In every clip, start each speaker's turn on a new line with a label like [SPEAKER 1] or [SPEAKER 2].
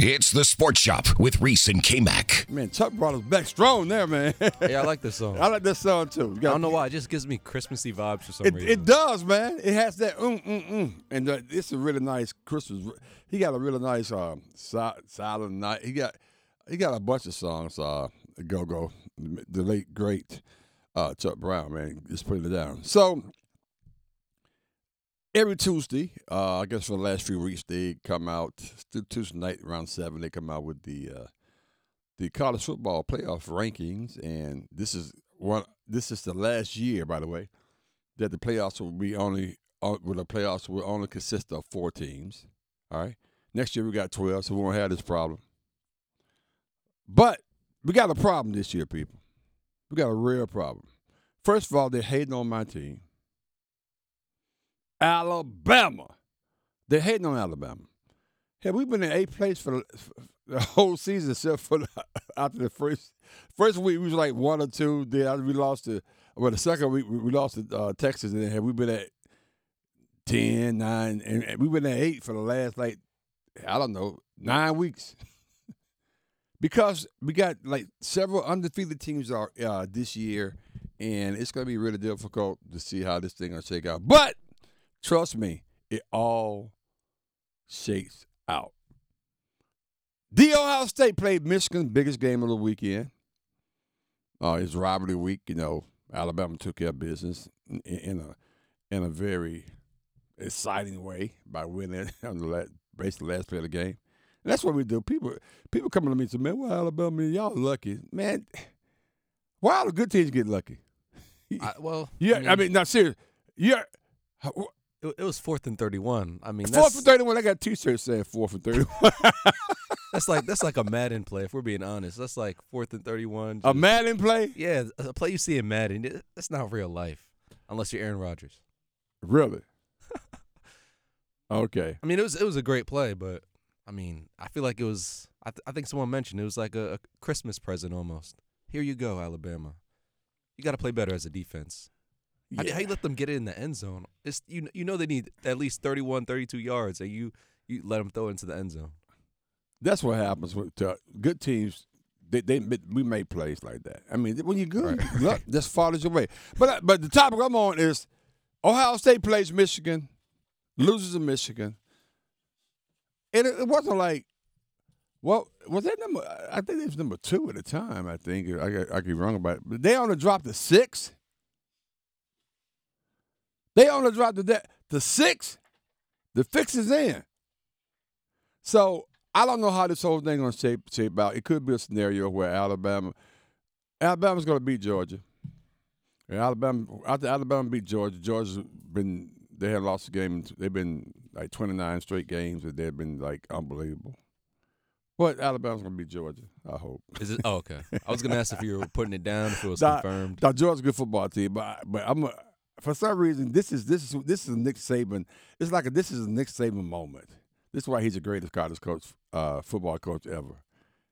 [SPEAKER 1] It's the Sports Shop with Reese and K Mac.
[SPEAKER 2] Man, Chuck brought us back strong there, man.
[SPEAKER 3] Yeah, I like this song.
[SPEAKER 2] I like this song too.
[SPEAKER 3] I don't know why. It just gives me Christmassy vibes for some
[SPEAKER 2] It,
[SPEAKER 3] reason.
[SPEAKER 2] it does, man. It has that mm mm mm, and the, it's a really nice Christmas. r- He got a really nice um, si- silent night. He got he got a bunch of songs. Uh, Go Go, the late great uh, Chuck Brown, man, just putting it down. So every Tuesday, uh, I guess for the last few weeks, they come out Tu- Tuesday night around seven. They come out with the uh, the college football playoff rankings, and this is one. This is the last year, by the way that the playoffs will be only uh, well, the playoffs will only consist of four teams. All right. Next year we got twelve, so we won't have this problem. But we got a problem this year, people. We got a real problem. First of all, they're hating on my team. Alabama. They're hating on Alabama. Have we been in eighth place for the, for the whole season except for the, after the first first week? We was like one or two. Then we lost to well, the second week we, we lost to uh, Texas, and then have we been at 10, 9, and, and we've been at eight for the last like I don't know nine weeks because we got like several undefeated teams are uh, this year, and it's going to be really difficult to see how this thing going to shake out. But trust me, it all shakes out. The Ohio State played Michigan's biggest game of the weekend. Uh, it's rivalry week, you know. Alabama took care of business in, in a in a very exciting way by winning on the last, basically the last play of the game. And that's what we do. People people coming to me and say, "Man, well, Alabama, y'all lucky, man. Why all the good teams get lucky?
[SPEAKER 3] I, well,
[SPEAKER 2] Yeah, I mean, now serious. Yeah,
[SPEAKER 3] it, it was fourth and thirty-one. I mean,
[SPEAKER 2] four
[SPEAKER 3] that's,
[SPEAKER 2] for thirty-one. I got T-shirts saying four for thirty-one.
[SPEAKER 3] that's like that's like a Madden play. If we're being honest, that's like fourth and thirty-one.
[SPEAKER 2] a Madden play,
[SPEAKER 3] yeah, a play you see in Madden. it- That's not real life, unless you're Aaron Rodgers.
[SPEAKER 2] really? Okay,
[SPEAKER 3] I mean, it was it was a great play, but I mean, I feel like it was. I, th- I think someone mentioned it was like a, a Christmas present almost. Here you go, Alabama. You got to play better as a defense. How, do- how you let them get it in the end zone? It's you. kn- You know they need at least 31, 32 yards, and you you let them throw it into the end zone.
[SPEAKER 2] that's what happens with uh, good teams. They, they we make plays like that. I mean, when you're good,
[SPEAKER 3] Right.
[SPEAKER 2] luck just follows your way. But uh, but the topic I'm on is Ohio State plays Michigan, loses to Michigan, and it, it wasn't like. Well, was that number? I think it was number two at the time. I think I, I, I could be wrong about it. But they only dropped to six. They only dropped to that to six. The fix is in. So I don't know how this whole thing gonna shape shape out. It could be a scenario where Alabama, Alabama's gonna beat Georgia. And Alabama after Alabama beat Georgia, Georgia's been they have lost the game. They've been like twenty nine straight games, and they've been like unbelievable. But Alabama's gonna beat Georgia. I hope.
[SPEAKER 3] Is it? Oh, okay. I was gonna ask if you were putting it down if it was
[SPEAKER 2] Nah,
[SPEAKER 3] confirmed.
[SPEAKER 2] Now Georgia's a good football team, but but I'm a, for some reason this is this is this is a Nick Saban. It's like a, this is a Nick Saban moment. This is why he's the greatest college coach, uh, football coach ever.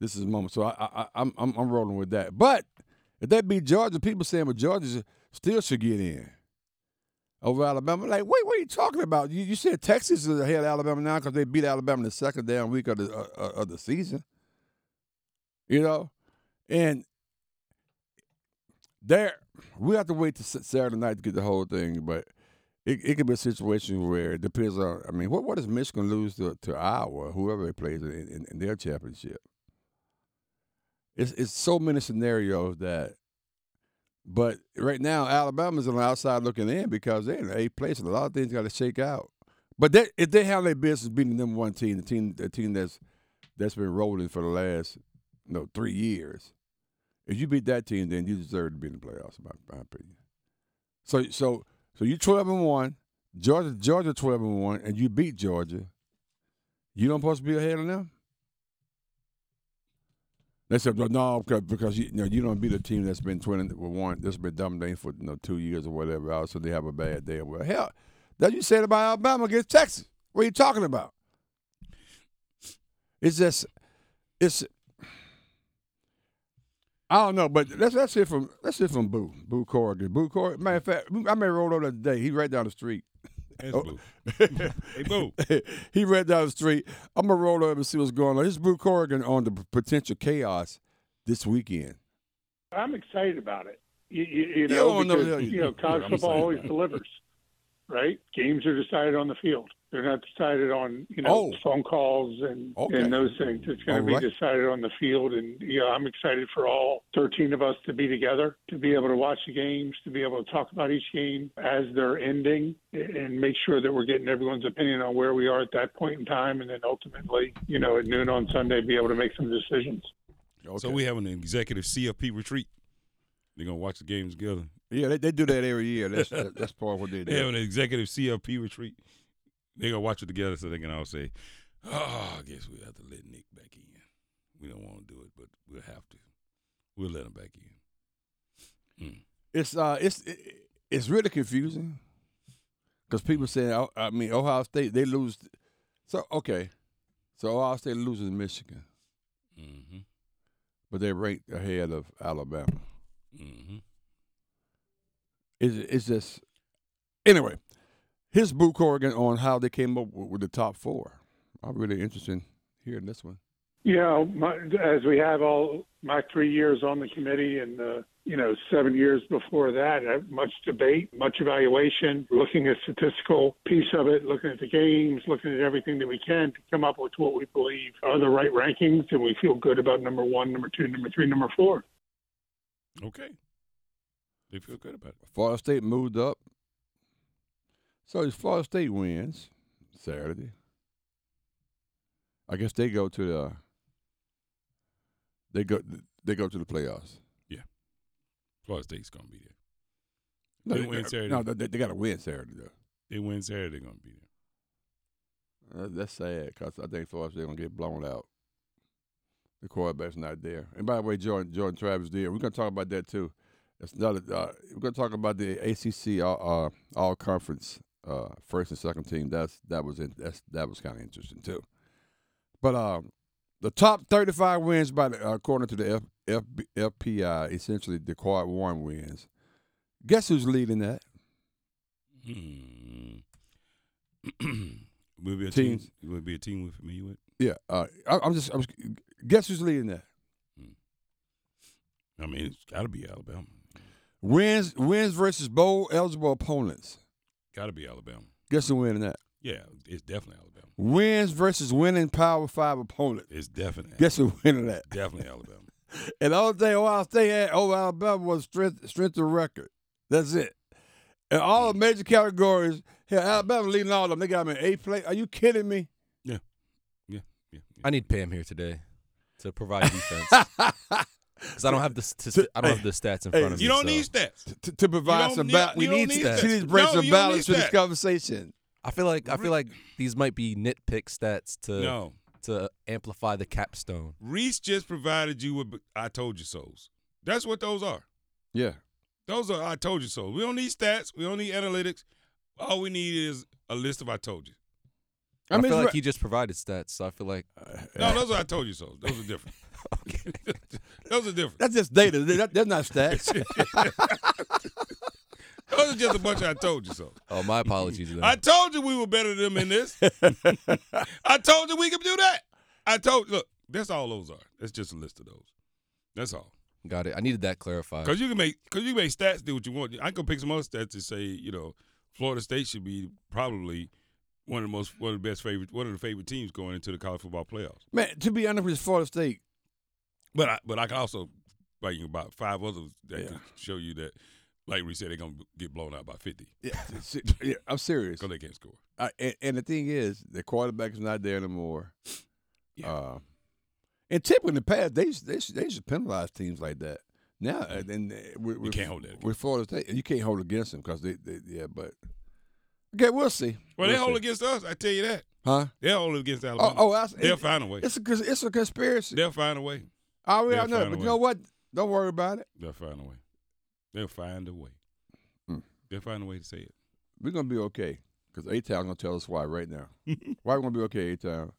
[SPEAKER 2] This is a moment. So I, I, I I'm, I'm I'm rolling with that. But if that be Georgia, people saying well Georgia still should get in over Alabama. Like wait, what are you talking about? You you said Texas is ahead of Alabama now because they beat Alabama the second damn week of the uh, uh, of the season. You know, and there we have to wait to Saturday night to get the whole thing, but it, it could be a situation where it depends on. I mean, what what does Michigan lose to, to Iowa, whoever they plays in, in, in their championship? It's it's so many scenarios that, but right now Alabama's on the outside looking in because they're in the eighth place, and a lot of things got to shake out. But they, if they have their business beating the number one team, the team the team that's that's been rolling for the last you know three years, if you beat that team, then you deserve to be in the playoffs, in my, my opinion. So so so you twelve and one, Georgia Georgia twelve and one, and you beat Georgia. You don't supposed to be ahead of them. They said "Well, no because, because you, you know you don't beat a team that's been twenty well, one that's been dominating for you know two years or whatever else, so they have a bad day. Well, hell, that you said about Alabama against Texas. What are you talking about? It's just it's I don't know, but let's let's hear from let's hear from Boo Boo Corrigan. Boo Corrigan. Matter of fact, I met rolled over the other day. He right down the street. Oh.
[SPEAKER 4] It's Boo. Hey, Boo.
[SPEAKER 2] he ran down the street. I'm gonna roll up and see what's going on. This is Boo Corrigan on the p- potential chaos this weekend.
[SPEAKER 5] I'm excited about it. You, you, you
[SPEAKER 2] Yeah,
[SPEAKER 5] know,
[SPEAKER 2] oh, no,
[SPEAKER 5] because,
[SPEAKER 2] yeah,
[SPEAKER 5] you know, college
[SPEAKER 4] I'm
[SPEAKER 5] football
[SPEAKER 4] excited
[SPEAKER 5] always
[SPEAKER 4] about it.
[SPEAKER 5] delivers, right? Games are decided on the field. They're not decided on you know
[SPEAKER 2] Oh.
[SPEAKER 5] phone calls and
[SPEAKER 2] Okay.
[SPEAKER 5] and those things. It's going
[SPEAKER 2] All
[SPEAKER 5] to
[SPEAKER 2] right.
[SPEAKER 5] be decided on the field, and you know, I'm excited for all 13 of us to be together, to be able to watch the games, to be able to talk about each game as they're ending, and make sure that we're getting everyone's opinion on where we are at that point in time, and then ultimately, you know, at noon on Sunday, be able to make some decisions.
[SPEAKER 4] So we having an executive CFP retreat. They're gonna watch the games together.
[SPEAKER 2] yeah, they, they do that every year. That's that, that's part of what they
[SPEAKER 4] They having
[SPEAKER 2] do.
[SPEAKER 4] an executive CFP retreat. They're gonna watch it together so they can all say, "Oh, I guess we have to let Nick back in. We don't want to do it, but we'll have to. We'll let him back in."
[SPEAKER 2] It's uh, it's it, it's really confusing because people say, I, I mean, Ohio State they lose. So okay, so Ohio State loses to Michigan,
[SPEAKER 4] Mm-hmm.
[SPEAKER 2] but they're ranked ahead of Alabama.
[SPEAKER 4] Mm-hmm.
[SPEAKER 2] It's, it's just anyway. Here's Boo Corrigan on how they came up with, with the top four. I'm really interested in hearing this one.
[SPEAKER 5] You know, my, as we have all my three years on the committee and the, you know, seven years before that, I- much debate, much evaluation, looking at statistical piece of it, looking at the games, looking at everything that we can to come up with what we believe are the right rankings, and we feel good about number one, number two, number three, number four.
[SPEAKER 4] Okay. They feel good about it.
[SPEAKER 2] Florida State moved up. So if Florida State wins Saturday, I guess they go to the they go they go to the playoffs.
[SPEAKER 4] Florida State's gonna be there.
[SPEAKER 2] No,
[SPEAKER 4] They win Saturday.
[SPEAKER 2] No, they, they got to win Saturday though.
[SPEAKER 4] They win Saturday. They're gonna be there.
[SPEAKER 2] That- That's sad because I think Florida State gonna get blown out. The quarterback's not there. And by the way, Jordan Jordan Travis did. We're gonna talk about that too. That's another. Uh, we're gonna talk about the ACC all, uh, all conference uh, first and second team. That's that was in, that's that was kind of interesting too. But um, the top thirty five wins by the, uh, according to the F, F, FPI, essentially the quad one wins. Guess who's leading that?
[SPEAKER 4] Hmm. will be a team.
[SPEAKER 2] Teams.
[SPEAKER 4] Will be a team we're familiar with.
[SPEAKER 2] Yeah, uh, I, I'm just. I'm, just- guess who's leading that?
[SPEAKER 4] I mean, it's got to be Alabama.
[SPEAKER 2] Wins wins versus bowl eligible opponents.
[SPEAKER 4] Got to be Alabama.
[SPEAKER 2] Guess who's winning that?
[SPEAKER 4] Yeah, it's definitely Alabama.
[SPEAKER 2] Wins versus winning Power Five opponent.
[SPEAKER 4] It's definitely.
[SPEAKER 2] Guess who's winning that?
[SPEAKER 4] Definitely Alabama.
[SPEAKER 2] And the only thing Ohio State had over Alabama was strength strength of record. That's it. And all the major categories, hell, Alabama leading all of them. They got them in eighth place. Are you kidding me?
[SPEAKER 4] Yeah, yeah.
[SPEAKER 3] I need Pam here today to provide defense because I don't have the st- I don't have the stats in
[SPEAKER 2] Hey,
[SPEAKER 3] front of me.
[SPEAKER 4] you don't
[SPEAKER 3] so
[SPEAKER 4] need stats.
[SPEAKER 2] to, to
[SPEAKER 4] You
[SPEAKER 2] provide
[SPEAKER 4] don't
[SPEAKER 2] some
[SPEAKER 4] need-
[SPEAKER 2] balance,
[SPEAKER 4] you don't
[SPEAKER 3] need
[SPEAKER 2] to
[SPEAKER 3] that.
[SPEAKER 2] she needs to bring
[SPEAKER 4] No,
[SPEAKER 2] some
[SPEAKER 4] you don't
[SPEAKER 2] balance to
[SPEAKER 4] need
[SPEAKER 2] this
[SPEAKER 4] that.
[SPEAKER 2] conversation.
[SPEAKER 3] I feel like I feel like these might be nitpick stats to
[SPEAKER 4] No,
[SPEAKER 3] to amplify the capstone.
[SPEAKER 4] uh, Reese just provided you with "I told you so's." That's what those are.
[SPEAKER 2] Yeah,
[SPEAKER 4] Those are "I told you so." We don't need stats. We don't need analytics. All we need is a list of "I told you."
[SPEAKER 3] I,
[SPEAKER 2] mean,
[SPEAKER 3] feel
[SPEAKER 2] it's
[SPEAKER 3] like
[SPEAKER 2] re-
[SPEAKER 3] he just provided stats, so I feel like
[SPEAKER 4] No, those are "I told you so's." Those are different. those are different.
[SPEAKER 2] that's just data. That, that's not stats.
[SPEAKER 4] Those are just a bunch of "I told you so."
[SPEAKER 3] oh my apologies. then.
[SPEAKER 4] I told you we were better than them in this. I told you we could do that. I told look, that's all those are. That's just a list of those. That's all.
[SPEAKER 3] Got it. I needed that clarified.
[SPEAKER 4] Cause you can make cause you can make stats do what you want. I can pick some other stats to say, you know, Florida State should be probably one of the most one of the best favorite one of the favorite teams going into the college football playoffs.
[SPEAKER 2] Man, to be honest with you, Florida State,
[SPEAKER 4] But I but I can also like you about five others that
[SPEAKER 2] Yeah.
[SPEAKER 4] can show you that like we said they're gonna get blown out by fifty
[SPEAKER 2] yeah, se- yeah, I'm serious.
[SPEAKER 4] because they can't score.
[SPEAKER 2] Uh, and, and the thing is, the quarterback is not there anymore.
[SPEAKER 4] Yeah.
[SPEAKER 2] Uh, and typically in the past, they used- they used- they used to penalize teams like that. Now, uh, then uh, with, with,
[SPEAKER 4] can't hold that
[SPEAKER 2] with Florida State, you can't hold against them because they, they, yeah, but okay, we'll see.
[SPEAKER 4] Well they
[SPEAKER 2] We'll
[SPEAKER 4] hold
[SPEAKER 2] see.
[SPEAKER 4] against us, I tell you that.
[SPEAKER 2] huh?
[SPEAKER 4] They'll hold against Alabama.
[SPEAKER 2] Oh, oh, I,
[SPEAKER 4] they'll
[SPEAKER 2] it,
[SPEAKER 4] find a way.
[SPEAKER 2] it's a cons- it's a conspiracy.
[SPEAKER 4] They'll find a way.
[SPEAKER 2] I already
[SPEAKER 4] they'll
[SPEAKER 2] know,
[SPEAKER 4] find
[SPEAKER 2] it,
[SPEAKER 4] a
[SPEAKER 2] but
[SPEAKER 4] way.
[SPEAKER 2] you know what? Don't worry about it.
[SPEAKER 4] They'll find a way. They'll find a way.
[SPEAKER 2] Mm.
[SPEAKER 4] They'll find a way to say it.
[SPEAKER 2] We're gonna be okay because A Town's gonna tell us why right now. why we gonna be okay, A Town?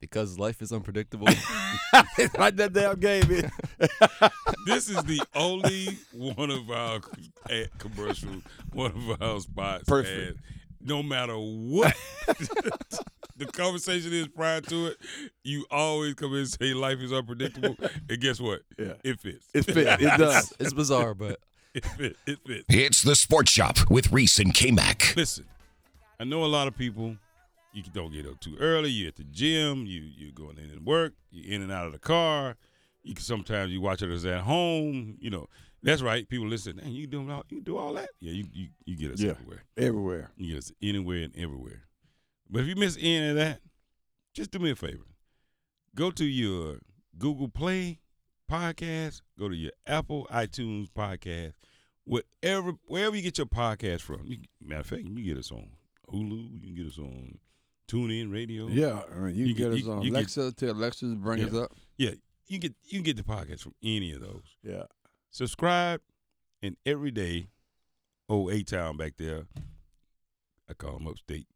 [SPEAKER 3] because life is unpredictable.
[SPEAKER 2] like that damn game. man.
[SPEAKER 4] This is the only one of our ad commercial, one of our spots
[SPEAKER 2] Perfect.
[SPEAKER 4] ad no matter what the conversation is prior to it, you always come in and say life is unpredictable. and guess what?
[SPEAKER 2] Yeah.
[SPEAKER 4] It fits.
[SPEAKER 2] It fits. It does.
[SPEAKER 3] It's bizarre, but
[SPEAKER 4] It fits. It fits.
[SPEAKER 1] It's the Sports Shop with Reese and K Mac.
[SPEAKER 4] Listen, I know a lot of people. You don't get up too early. You're at the gym. You you're going in and work. You're in and out of the car. You can, sometimes you watch us at home. You know that's right. People listen. Man, you do all you do all that. Yeah, you you, you get us
[SPEAKER 2] Yeah.
[SPEAKER 4] everywhere.
[SPEAKER 2] Everywhere.
[SPEAKER 4] You get us anywhere and everywhere. But if you miss any of that, just do me a favor. Go to your Google Play podcast. Go to your Apple iTunes podcast. Whatever, wherever you get your podcast from. You, matter of fact, you can get us on Hulu. You can get us on TuneIn Radio.
[SPEAKER 2] Yeah. I mean, you,
[SPEAKER 4] You
[SPEAKER 2] can
[SPEAKER 4] get-
[SPEAKER 2] get us
[SPEAKER 4] you-
[SPEAKER 2] on
[SPEAKER 4] you get-
[SPEAKER 2] Alexa. Tell Alexa to bring
[SPEAKER 4] Yeah.
[SPEAKER 2] us up.
[SPEAKER 4] yeah. You get you can get the podcast from any of those.
[SPEAKER 2] Yeah.
[SPEAKER 4] subscribe, and every day, old A Town back there, I call him upstate.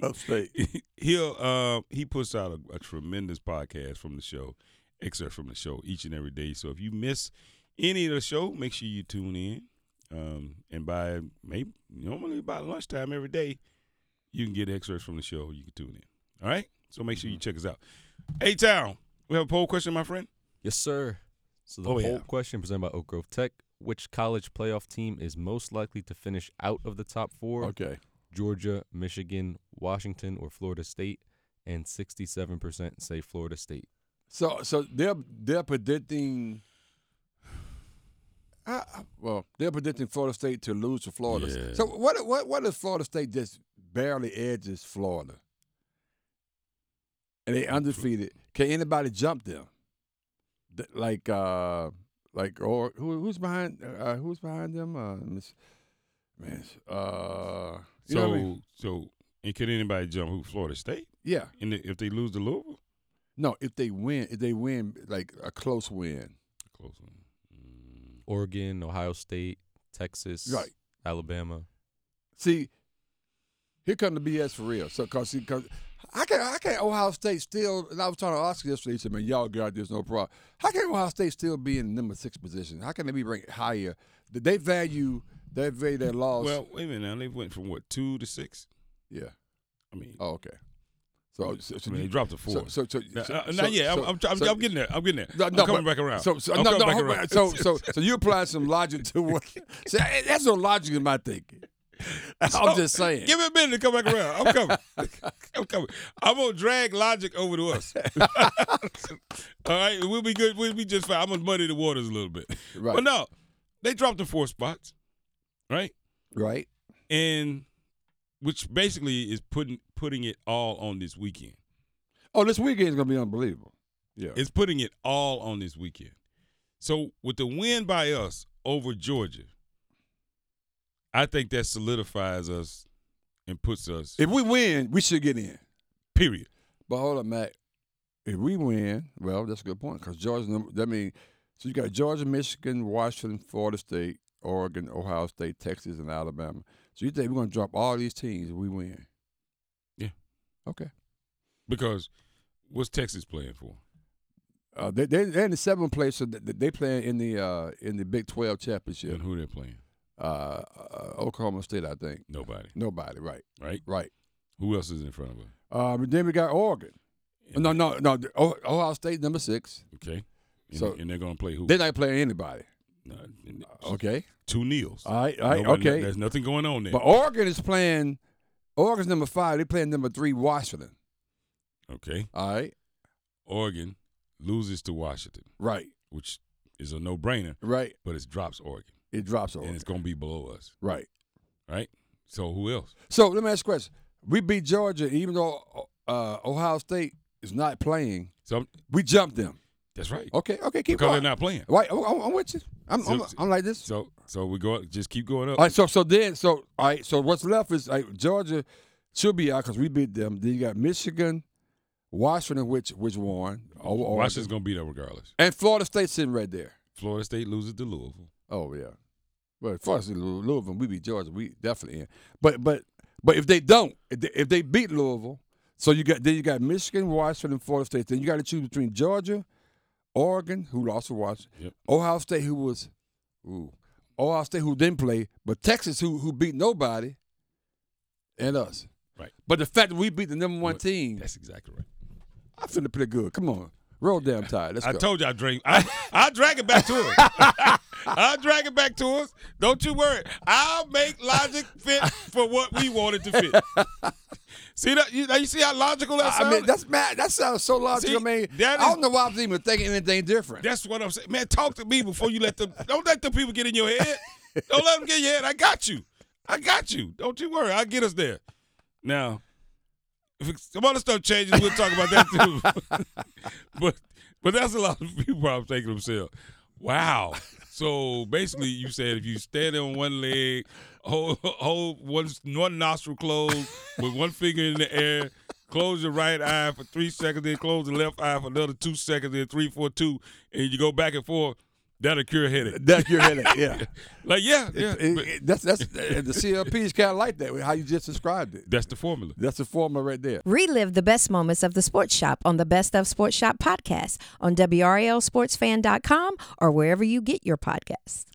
[SPEAKER 2] Upstate.
[SPEAKER 4] He'll uh, he puts out a, a tremendous podcast from the show, excerpts from the show each and every day. So if you miss any of the show, make sure you tune in. Um, and by maybe normally by lunchtime every day, you can get excerpts from the show. You can tune in. All right. So make sure you
[SPEAKER 2] Mm-hmm.
[SPEAKER 4] check us out. A Town, we have a poll question, my friend.
[SPEAKER 3] yes, sir. So the
[SPEAKER 4] Oh,
[SPEAKER 3] poll
[SPEAKER 4] yeah.
[SPEAKER 3] question presented by Oak Grove Tech: Which college playoff team is most likely to finish out of the top four?
[SPEAKER 2] okay.
[SPEAKER 3] Georgia, Michigan, Washington, or Florida State? And 67% say Florida State.
[SPEAKER 2] So so they're they're predicting. I, I- well, they're predicting Florida State to lose to Florida.
[SPEAKER 4] Yeah.
[SPEAKER 2] So what what what if Florida State just barely edges Florida, and they undefeated? Can anybody jump them? Th- Like uh like or who, who's behind uh, who's behind them? Uh, Miss- man, uh, you
[SPEAKER 4] So
[SPEAKER 2] know what I mean?
[SPEAKER 4] so and could anybody jump who Florida State?
[SPEAKER 2] yeah.
[SPEAKER 4] And if they lose to Louisville,
[SPEAKER 2] No, if they win, if they win like a close win,
[SPEAKER 4] close one. Mm.
[SPEAKER 3] Oregon, Ohio State, Texas,
[SPEAKER 2] right?
[SPEAKER 3] Alabama.
[SPEAKER 2] See, here come the BS for real. So, cause, see, cause I can I can Ohio State still. And I was talking to Oscar yesterday. He said, "Man, y'all got this, no problem." How can Ohio State still be in the number six position? How can they be ranked higher? Did They value they value their loss.
[SPEAKER 4] Well, wait a minute now. They went from what two to six.
[SPEAKER 2] yeah.
[SPEAKER 4] I mean,
[SPEAKER 2] Oh, okay. So, so,
[SPEAKER 4] I
[SPEAKER 2] so
[SPEAKER 4] mean, they
[SPEAKER 2] you-
[SPEAKER 4] dropped to
[SPEAKER 2] so-
[SPEAKER 4] four.
[SPEAKER 2] So, so,
[SPEAKER 4] now,
[SPEAKER 2] so-
[SPEAKER 4] uh,
[SPEAKER 2] so-
[SPEAKER 4] now, yeah, I'm-
[SPEAKER 2] so-
[SPEAKER 4] I'm, I'm,
[SPEAKER 2] so-
[SPEAKER 4] I'm getting there. I'm getting there.
[SPEAKER 2] No,
[SPEAKER 4] I'm
[SPEAKER 2] no,
[SPEAKER 4] coming
[SPEAKER 2] but-
[SPEAKER 4] back around.
[SPEAKER 2] So, so
[SPEAKER 4] I'm
[SPEAKER 2] no,
[SPEAKER 4] coming
[SPEAKER 2] no,
[SPEAKER 4] back
[SPEAKER 2] hold-
[SPEAKER 4] around.
[SPEAKER 2] so, so, so you're applying some logic to what? See, I- that's no logic in my thinking. I'm just saying.
[SPEAKER 4] Give me a minute to come back around. I'm coming. I'm coming. I'm gonna drag logic over to us. All right, we'll be good. We'll be just fine. I'm gonna muddy the waters a little bit.
[SPEAKER 2] right.
[SPEAKER 4] But no, they dropped to four spots, right?
[SPEAKER 2] right.
[SPEAKER 4] and which basically is putting putting it all on this weekend.
[SPEAKER 2] Oh, this weekend is gonna be unbelievable. Yeah.
[SPEAKER 4] It's putting it all on this weekend. So with the win by us over Georgia, I think that solidifies us and puts us
[SPEAKER 2] If we win, we should get in.
[SPEAKER 4] period.
[SPEAKER 2] But hold up, Mac. If we win, well, that's a good point because Georgia. number- That mean, so you got Georgia, Michigan, Washington, Florida State, Oregon, Ohio State, Texas, and Alabama. So you think we're gonna drop all these teams if we win?
[SPEAKER 4] Yeah.
[SPEAKER 2] Okay.
[SPEAKER 4] Because what's Texas playing for?
[SPEAKER 2] Uh, they they they're in the seventh place, so they, they playing in the uh, in the Big Twelve championship.
[SPEAKER 4] And who they're playing?
[SPEAKER 2] Uh, uh, Oklahoma State, I think.
[SPEAKER 4] Nobody.
[SPEAKER 2] Nobody, right?
[SPEAKER 4] Right?
[SPEAKER 2] Right.
[SPEAKER 4] Who else is in front of us?
[SPEAKER 2] Uh, but then we got Oregon. No, no, no. the- Oh- Ohio State number six.
[SPEAKER 4] Okay. And,
[SPEAKER 2] So-
[SPEAKER 4] and they're gonna play who?
[SPEAKER 2] They're not playing anybody.
[SPEAKER 4] No, and-
[SPEAKER 2] Okay.
[SPEAKER 4] Two Neils.
[SPEAKER 2] All right. All right.
[SPEAKER 4] Nobody-
[SPEAKER 2] okay.
[SPEAKER 4] There's nothing going on there.
[SPEAKER 2] But Oregon is playing. Oregon's number five. They're playing number three, Washington.
[SPEAKER 4] okay.
[SPEAKER 2] All right.
[SPEAKER 4] Oregon loses to Washington,
[SPEAKER 2] Right.
[SPEAKER 4] which is a no-brainer.
[SPEAKER 2] Right.
[SPEAKER 4] but it drops Oregon,
[SPEAKER 2] It drops
[SPEAKER 4] and
[SPEAKER 2] Oregon.
[SPEAKER 4] it's going to be below us,
[SPEAKER 2] Right.
[SPEAKER 4] right? So who else?
[SPEAKER 2] So let me ask you a question. We beat Georgia, even though uh, Ohio State is not playing.
[SPEAKER 4] So
[SPEAKER 2] We jumped them.
[SPEAKER 4] that's right
[SPEAKER 2] Okay. Okay. Oh, Keep
[SPEAKER 4] because
[SPEAKER 2] going.
[SPEAKER 4] they're not playing.
[SPEAKER 2] Right. oh, oh, I'm with you. I'm, I'm,
[SPEAKER 4] So-
[SPEAKER 2] I'm like this.
[SPEAKER 4] So so we go just keep going up.
[SPEAKER 2] All right. So so then so all right. So what's left is like Georgia should be out because we beat them. Then you got Michigan, Washington, which which won. Oh, Oregon.
[SPEAKER 4] Washington's going to beat up regardless.
[SPEAKER 2] And Florida State sitting right there.
[SPEAKER 4] Florida State loses to Louisville.
[SPEAKER 2] Oh yeah. Well, first Lou- Louisville, we beat Georgia, we definitely in. But but but if they don't, if they, if they beat Louisville, so you got then you got Michigan, Washington, and Florida State. Then you got to choose between Georgia, Oregon, who lost to Washington,
[SPEAKER 4] Yep.
[SPEAKER 2] Ohio State, who was, ooh, Ohio State who didn't play, but Texas who who beat nobody, and us.
[SPEAKER 4] Right.
[SPEAKER 2] But the fact that we beat the number one team,
[SPEAKER 4] That's exactly right.
[SPEAKER 2] I feel pretty good. Come on, roll damn tide. Let's
[SPEAKER 4] I
[SPEAKER 2] go.
[SPEAKER 4] told you I drink. I, I'll drag it back to us. I'll drag it back to us. Don't you worry. I'll make logic fit for what we want it to fit. see that? You, now you see how logical that
[SPEAKER 2] I
[SPEAKER 4] sounds?
[SPEAKER 2] mean, that's mad. That sounds so logical.
[SPEAKER 4] See,
[SPEAKER 2] I mean,
[SPEAKER 4] that
[SPEAKER 2] I
[SPEAKER 4] is-
[SPEAKER 2] don't know why I was even thinking anything different.
[SPEAKER 4] That's what I'm saying. Man, talk to me before you let them. Don't let them people get in your head. Don't let them get in your head. I got you. I got you. Don't you worry. I'll get us there. Now, if it's- some other stuff changes, we'll talk about that too. but but that's a lot of people probably thinking to themselves, wow. So basically, you said if you stand on one leg, hold, hold one, one nostril closed with one finger in the air, close your right eye for three seconds, then close the left eye for another two seconds, then three, four, two, and you go back and forth, that'll cure headache.
[SPEAKER 2] That's your headache. Yeah.
[SPEAKER 4] Like, yeah, yeah.
[SPEAKER 2] It-
[SPEAKER 4] but
[SPEAKER 2] it- that's that's and the CLP is kind of like that. How you just described it.
[SPEAKER 4] that's the formula.
[SPEAKER 2] That's the formula right there.
[SPEAKER 6] Relive the best moments of the Sports Shop on the Best of Sports Shop podcast on WRLSportsFan.com or wherever you get your podcasts.